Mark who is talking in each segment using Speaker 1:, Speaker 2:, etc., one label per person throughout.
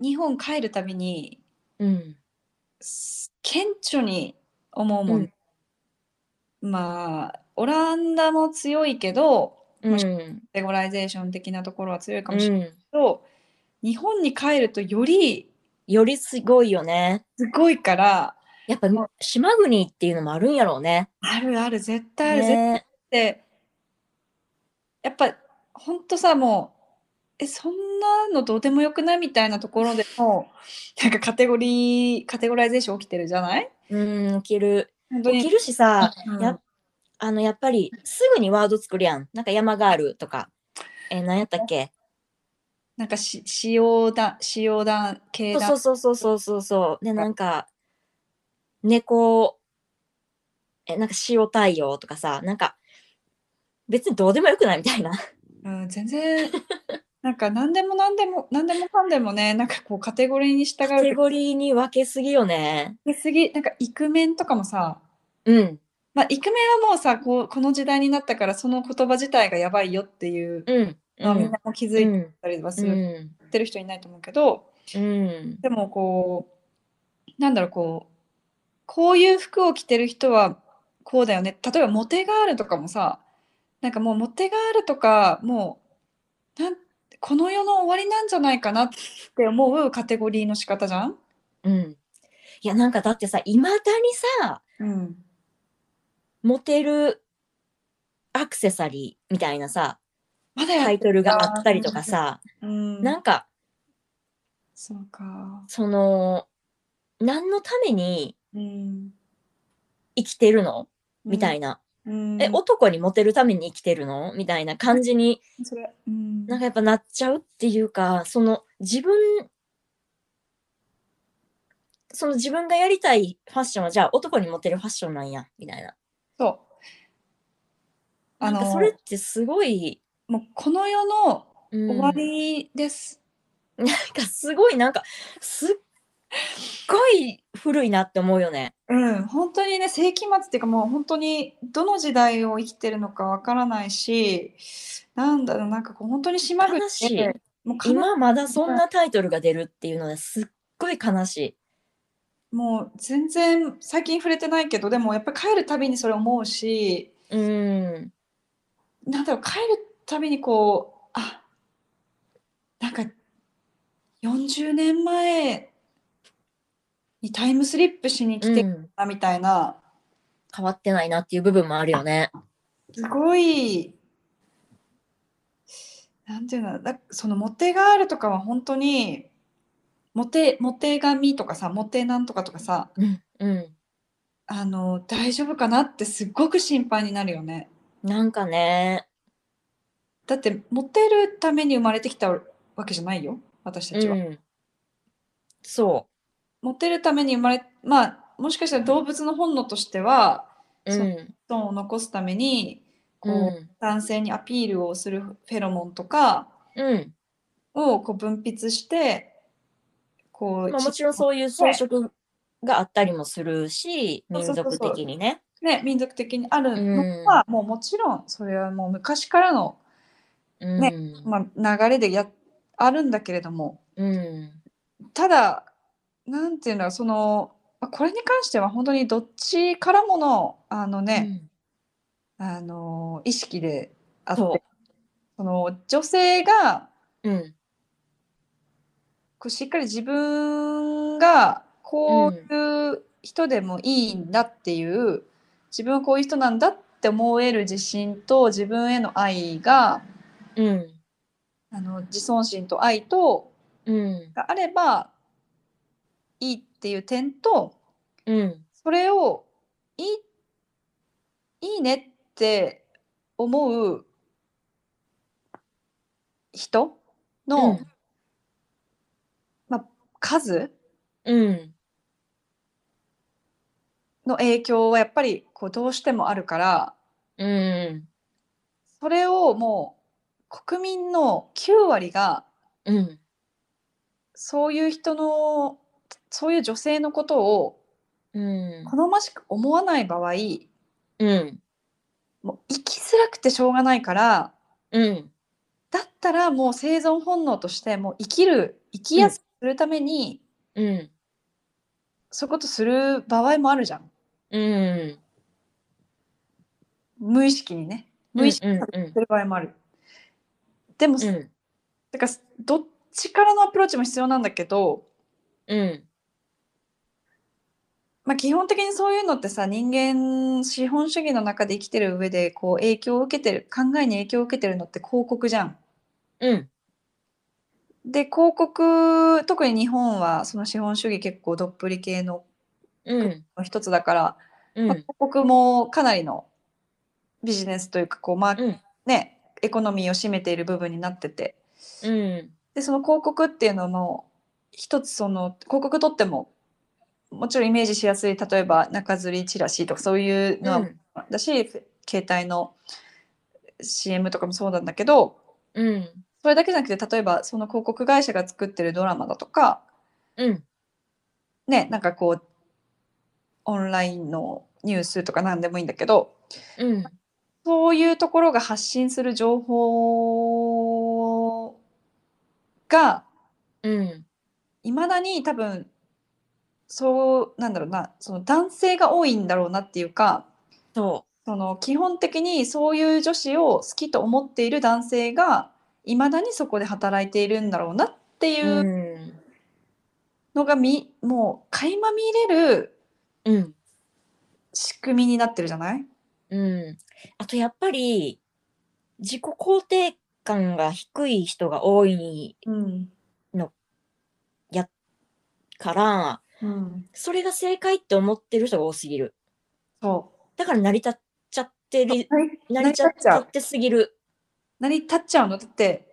Speaker 1: 日本帰るたびに、
Speaker 2: うん。
Speaker 1: す顕著に思う
Speaker 2: う
Speaker 1: もん。
Speaker 2: ん。
Speaker 1: まあ、オランダも強いけど、
Speaker 2: う
Speaker 1: ま、し
Speaker 2: ん。
Speaker 1: カテゴライゼーション的なところは強いか
Speaker 2: う
Speaker 1: もしれ
Speaker 2: ん。
Speaker 1: ないけど、日本に帰るとより
Speaker 2: よりすごいよね。
Speaker 1: すごいから、
Speaker 2: やっぱ、
Speaker 1: も
Speaker 2: む
Speaker 1: う
Speaker 2: 島国っていうのもあるんやろうね。
Speaker 1: あるある、絶対ある、絶
Speaker 2: ね。
Speaker 1: 対ってやっぱ、ほんとさ、もう、え、そんなのどうでもよくないみたいなところでも、なんかカテゴリーカテゴライゼーション起きてるじゃない
Speaker 2: うーん、起きる。
Speaker 1: ほんと
Speaker 2: 起
Speaker 1: に。
Speaker 2: きるしさ、
Speaker 1: う
Speaker 2: や
Speaker 1: ん。
Speaker 2: あの、やっぱり、すぐにワード作るやん。なんか、山ガールとか。え、なんやったっけ
Speaker 1: なんかし塩だ塩だ系
Speaker 2: そう
Speaker 1: だ
Speaker 2: そうそうそうそうそうそう。で、なんか、猫、え、なんか、塩対応とかさ、なんか、別にどうでもよくないみたいな。
Speaker 1: うん、全然、 なんか何でも何でも何でもかんでもね、なんかこうカテゴリーに従
Speaker 2: カ
Speaker 1: う
Speaker 2: テ
Speaker 1: と
Speaker 2: ゴリーに分けすぎよね。
Speaker 1: 出過ぎ、なんかイクメンとかもさ、
Speaker 2: うん。
Speaker 1: まあ、イクメンはもうさ、こう、この時代になったから、その言葉自体がやばいよっていう
Speaker 2: うん。う。
Speaker 1: のはみんなんも気づ
Speaker 2: う
Speaker 1: い
Speaker 2: ん。
Speaker 1: たりは
Speaker 2: う
Speaker 1: する、
Speaker 2: ん。
Speaker 1: 言ってる人いないと思うけど、
Speaker 2: うん。
Speaker 1: でもこう、なんだろう、こう、こういう服を着てる人はこうだよね。例えばモテガールとかもさ、なんかもうモテガールとか、もう、なんこの世の終わりなんじゃないかなって思うカテゴリーの仕方じゃん
Speaker 2: うん。いや、なんかだってさ、いまだにさ、
Speaker 1: うん。
Speaker 2: モテるアクセサリーみたいなさ、
Speaker 1: まだや
Speaker 2: タ
Speaker 1: っ
Speaker 2: イ
Speaker 1: てる
Speaker 2: トルがあ
Speaker 1: か。
Speaker 2: ったりとかさ、
Speaker 1: うん。う
Speaker 2: なんんか、
Speaker 1: そうか。
Speaker 2: その、何のために
Speaker 1: うん。
Speaker 2: 生きてるの
Speaker 1: う
Speaker 2: みたい
Speaker 1: ん。
Speaker 2: な。
Speaker 1: う
Speaker 2: え、
Speaker 1: ん。
Speaker 2: 男にモテるために生きてるのみたいな感じに
Speaker 1: それ、う
Speaker 2: なん
Speaker 1: ん。
Speaker 2: かやっぱなっちゃうっていうか、その自分その自分がやりたいファッションはじゃあ男にモテるファッションなんやみたいな。
Speaker 1: そう。あ
Speaker 2: なんかそれっ
Speaker 1: の、
Speaker 2: てすごい、
Speaker 1: もうこの世の
Speaker 2: う
Speaker 1: 終わ
Speaker 2: ん、
Speaker 1: りです。
Speaker 2: なんかすごいなんかすっごい古いなって思うよね。
Speaker 1: うん、本当にね、世紀末っていうかもう本当にどの時代を生きてるのかわからないし、なんだろう、なんかこう本当に島国
Speaker 2: 悲しい。
Speaker 1: で、もう悲し
Speaker 2: 今まだそ
Speaker 1: い、
Speaker 2: んなタイトルが出るっていうのですっごい悲しい。
Speaker 1: もう全然最近触れてないけど、でもやっぱり帰るたびにそれ思うし、
Speaker 2: うん。
Speaker 1: なんだろう、帰るたびにこう、あ、なんか40年前にタイムスリップしに来
Speaker 2: う
Speaker 1: て
Speaker 2: ん。
Speaker 1: たみたいな、
Speaker 2: 変わってないなっていう部分もあるよね。
Speaker 1: すごい、なんていうの、だ、そのモテガールとかは本当に、モテ、モテ髪とかさ、モテなんとかとかさ、
Speaker 2: うん。うん。
Speaker 1: あの、大丈夫かなってすっごく心配になるよね。
Speaker 2: なんかね。
Speaker 1: だって、モテるために生まれてきたわけじゃないよ、私た
Speaker 2: う
Speaker 1: ちは。
Speaker 2: ん。そ
Speaker 1: モテるために生まれ、まあ、もしかしたら動物の本能としては、
Speaker 2: う。
Speaker 1: その
Speaker 2: うん。
Speaker 1: 子孫を残すために、
Speaker 2: う
Speaker 1: こう、
Speaker 2: ん。
Speaker 1: 男性にアピールをするフェロモンとか
Speaker 2: うん。
Speaker 1: をこう分泌して、こ
Speaker 2: ま
Speaker 1: う、
Speaker 2: あ、も
Speaker 1: 子
Speaker 2: ちろん
Speaker 1: 孫を
Speaker 2: そういう装
Speaker 1: ね、
Speaker 2: 飾があったりもするし、
Speaker 1: そうそ
Speaker 2: 民
Speaker 1: うそう
Speaker 2: 族
Speaker 1: そ
Speaker 2: 的にね。
Speaker 1: う、ね、民族的にあ
Speaker 2: う
Speaker 1: るの
Speaker 2: ん、
Speaker 1: は、もうもちろん、それはもう昔からの
Speaker 2: う
Speaker 1: ね、
Speaker 2: ん、
Speaker 1: まあ、流れでや、あるんだけれども、
Speaker 2: うん、
Speaker 1: ただ、なんていうんだろう、その、まあこれに関しては本当にどっちからもの、あの
Speaker 2: う
Speaker 1: ね、
Speaker 2: ん。
Speaker 1: あの、意識であって、
Speaker 2: そ
Speaker 1: その、女性が、
Speaker 2: う。うん、
Speaker 1: こうしっかり自分が
Speaker 2: う
Speaker 1: こ
Speaker 2: ん、
Speaker 1: ういう人でもいいんだっていう自分はこういう人なんだって思える自信と自分への愛が
Speaker 2: うん、
Speaker 1: あの自尊心と愛と
Speaker 2: うん、
Speaker 1: があればいいっていう点と
Speaker 2: うん。
Speaker 1: それをいいいいねって思う人
Speaker 2: う
Speaker 1: の、
Speaker 2: ん
Speaker 1: まあ、数
Speaker 2: うん
Speaker 1: の影響はやっぱりこうどうしてもあるから
Speaker 2: うん
Speaker 1: それをもう国民の9割が
Speaker 2: うん
Speaker 1: そういう人のそういう女性のことを
Speaker 2: うん
Speaker 1: 好ましく思わない場合
Speaker 2: うん
Speaker 1: もう生きづらくてしょうがないから
Speaker 2: うん
Speaker 1: だったらもう生存本能としてもう生きる生きやすするために
Speaker 2: うん。
Speaker 1: そういうことする場合もあるじゃん
Speaker 2: うん。
Speaker 1: 無意識にね無意識に
Speaker 2: うん
Speaker 1: す
Speaker 2: うん
Speaker 1: る場合もある、でも、
Speaker 2: う
Speaker 1: だ
Speaker 2: ん。
Speaker 1: からどっちからのアプローチも必要なんだけど、
Speaker 2: うん。
Speaker 1: まあ、基本的にそういうのってさ人間資本主義の中で生きてる上でこう影響を受けてる考えに影響を受けてるのって広告じゃん。
Speaker 2: うん。
Speaker 1: で広告特に日本はその資本主義結構どっぷり系の
Speaker 2: うん。
Speaker 1: 一つだから、
Speaker 2: う
Speaker 1: まあ
Speaker 2: ん
Speaker 1: 広。告もかなりのビジネスというかこう、まあ
Speaker 2: うん
Speaker 1: ね、エコノミーを占めている部分になってて
Speaker 2: うん。
Speaker 1: でその広告っていうのも一つその広告とってももちろんイメージしやすい例えば中吊りチラシとかそういうのはだし、携帯の CM とかもそうなんだけど
Speaker 2: うん。
Speaker 1: それだけじゃなくて例えばその広告会社が作ってるドラマだとか
Speaker 2: うん。
Speaker 1: ねなんかこうオンラインのニュースとか何でもいいんだけど
Speaker 2: うん。
Speaker 1: そういうところが発信する情報が
Speaker 2: うん。
Speaker 1: いまだに多分そうなんだろうなその男性が多いんだろうなっていうか
Speaker 2: そ。
Speaker 1: その基本的にそういう女子を好きと思っている男性がいまだにそこで働いているんだろうなっていうう
Speaker 2: うん。
Speaker 1: のがみ、もう垣間見れる
Speaker 2: うん。
Speaker 1: 仕組みになってるじゃない
Speaker 2: うん。あとやっぱり、自己肯定感が低い人が多い
Speaker 1: うん、
Speaker 2: から、
Speaker 1: うん、
Speaker 2: それが正解って思ってる人が多すぎる。
Speaker 1: そ
Speaker 2: だから成り立っちゃって
Speaker 1: う
Speaker 2: り、
Speaker 1: 成り
Speaker 2: 成り立っちゃってすぎる。
Speaker 1: 成り立っちゃうのだって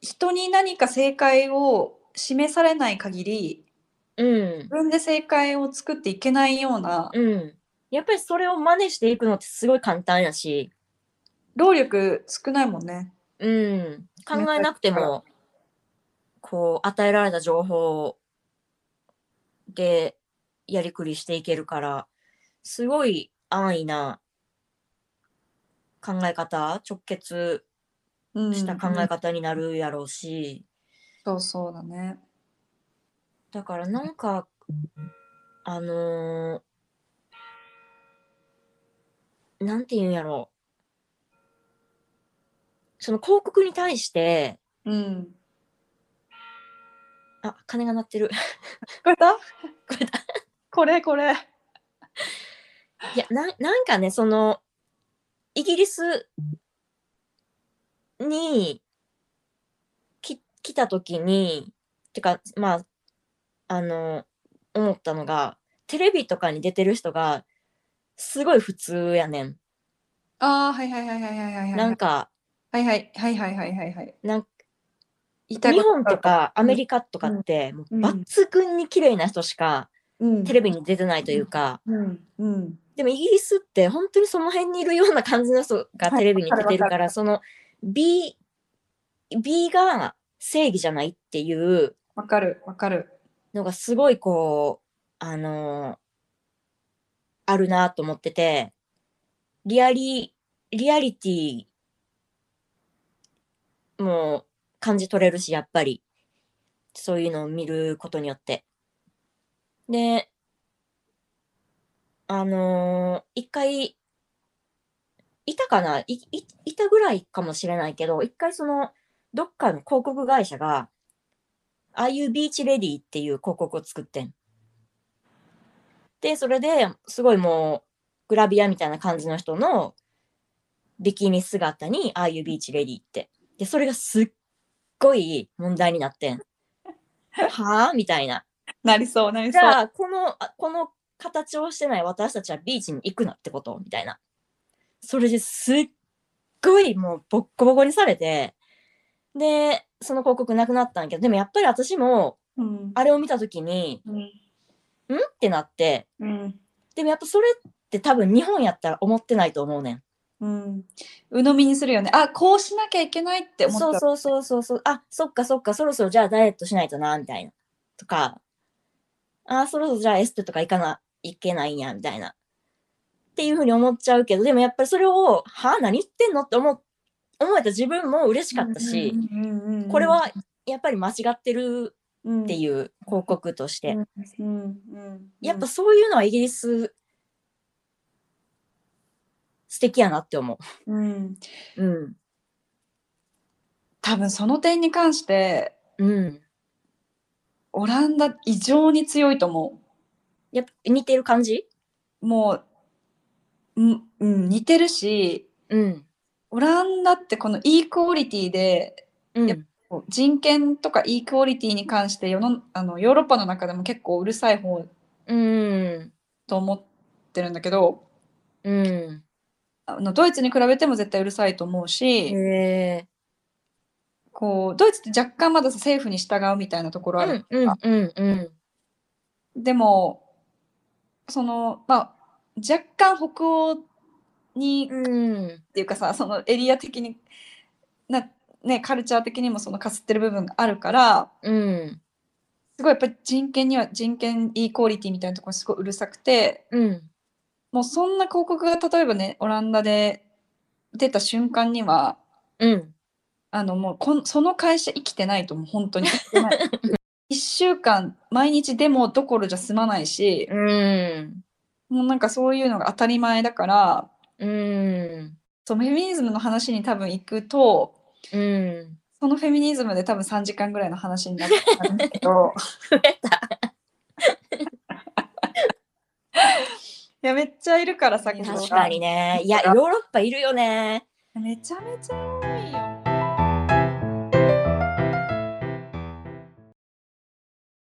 Speaker 1: 人に何か正解を示されない限り
Speaker 2: うん
Speaker 1: 自。分で正解を作っていけないような
Speaker 2: うん。やっぱりそれを真似していくのってすごい簡単やし、
Speaker 1: 労力少ないもんね。
Speaker 2: うん。考えなくても、こう、与えられた情報でやりくりしていけるから、すごい安易な考え方、直結
Speaker 1: うん、
Speaker 2: した考え方になるやろうし、
Speaker 1: そうそうだね。
Speaker 2: だからなんか、あのーなんて言うんやろう。その広告に対して、
Speaker 1: うん。
Speaker 2: あ、鐘が鳴ってる。
Speaker 1: 聞こえた
Speaker 2: これだ
Speaker 1: これこれ。
Speaker 2: いや、ななんかね、その、イギリスにき来た時に、てか、まあ、あの、思ったのが、テレビとかに出てる人が、すごい普通やねん。
Speaker 1: ああ、はいはいはいはいはいはいはい。
Speaker 2: なんか、
Speaker 1: はいはいはいはいはいはいはい。
Speaker 2: なんか
Speaker 1: 言いたい
Speaker 2: 日
Speaker 1: こと
Speaker 2: 本とかアメリカとかって、もう
Speaker 1: うん
Speaker 2: 抜群に綺麗な人しかテレビに出てないというか、
Speaker 1: うんうん
Speaker 2: でもイギリスって本当にその辺にいるような感じの人がテレビに出てる
Speaker 1: わか
Speaker 2: から、その B、B が正義じゃないっていう
Speaker 1: わかるわかる。
Speaker 2: のがすごいこう、あのーあるなと思ってて、リアリ、リアリティも感じ取れるし、やっぱり。そういうのを見ることによって。で、あのー一回、いたかないいいたぐらいかもしれないけど、一回その、どっかの広告会社が、ああいうビーチレディっていう広告を作ってん。で、それですごいもうグラビアみたいな感じの人のビキニ姿にああいうビーチレディって。で、それがすっごい問題になってん。はあみたいな。
Speaker 1: なりそうなりそ
Speaker 2: じ
Speaker 1: う。
Speaker 2: ゃあ、この、あこの形をしてない私たちはビーチに行くなってことみたいな。それですっごいもうボッコボコにされて、で、その広告なくなったんやけど、でもやっぱり私も
Speaker 1: うん
Speaker 2: あれを見たときに、
Speaker 1: うん
Speaker 2: んってなって、
Speaker 1: うん
Speaker 2: でもやっぱそれって多分日本やったら思ってないと思うねん。
Speaker 1: うん。鵜呑みにするよね。あこうしなきゃいけないって思った。
Speaker 2: そうそうそうそうそう、あそっかそっか、そろそろじゃあダイエットしないとな、みたいな。とか、あそろそろじゃあエステとか行かないけないんや、みたいな。っていうふうに思っちゃうけど、でもやっぱりそれを、はあ、何言ってんのって思う思えた自分も嬉しかったし、
Speaker 1: うんうんうんうん
Speaker 2: これはやっぱり間違ってる
Speaker 1: うん
Speaker 2: っていう広告として、
Speaker 1: うんうん
Speaker 2: やっぱそういうのはイギリス素敵やなって思
Speaker 1: うん
Speaker 2: う。うん。
Speaker 1: 多分その点に関して
Speaker 2: うん。
Speaker 1: オランダ異常に強いと思
Speaker 2: やっぱ似てる感じ
Speaker 1: うもう、うんうん、似てるし
Speaker 2: うん。
Speaker 1: オランダってこのイークオリティで
Speaker 2: うん。
Speaker 1: やっこう人権とかイークオリティに関して世のあのヨーロッパの中でも結構うるさい方
Speaker 2: うん。
Speaker 1: と思ってるんだけど
Speaker 2: うん。
Speaker 1: あのドイツに比べても絶対うるさいと思うし、
Speaker 2: へえ。
Speaker 1: こうドイツって若干まださ政府に従うみたいなところ
Speaker 2: う
Speaker 1: ある
Speaker 2: ん。うん。うん。うん。
Speaker 1: でもそのまあ若干北欧にっ
Speaker 2: うん。
Speaker 1: ていうかさ、そのエリア的にな、ね、カルチャー的にもそのかすってる部分があるから
Speaker 2: うん。
Speaker 1: すごいやっぱり人権には人権イークオリティみたいなところにすごいうるさくて
Speaker 2: うん。
Speaker 1: もうそんな広告が例えばねオランダで出た瞬間には
Speaker 2: うん。
Speaker 1: あのもうこんその会社生きてないと思う本当に 生きてない1週間毎日デモどころじゃ済まないし
Speaker 2: うん。
Speaker 1: もうなんかそういうのが当たり前だから
Speaker 2: うん。
Speaker 1: そうフェミニズムの話に多分行くと
Speaker 2: うん。
Speaker 1: そのフェミニズムで多分3時間ぐらいの話になっちゃうんだけど
Speaker 2: 増えた。
Speaker 1: いやめっちゃいるからさっき
Speaker 2: 確かにね。いや、ヨーロッパいるよね。
Speaker 1: めちゃめちゃいる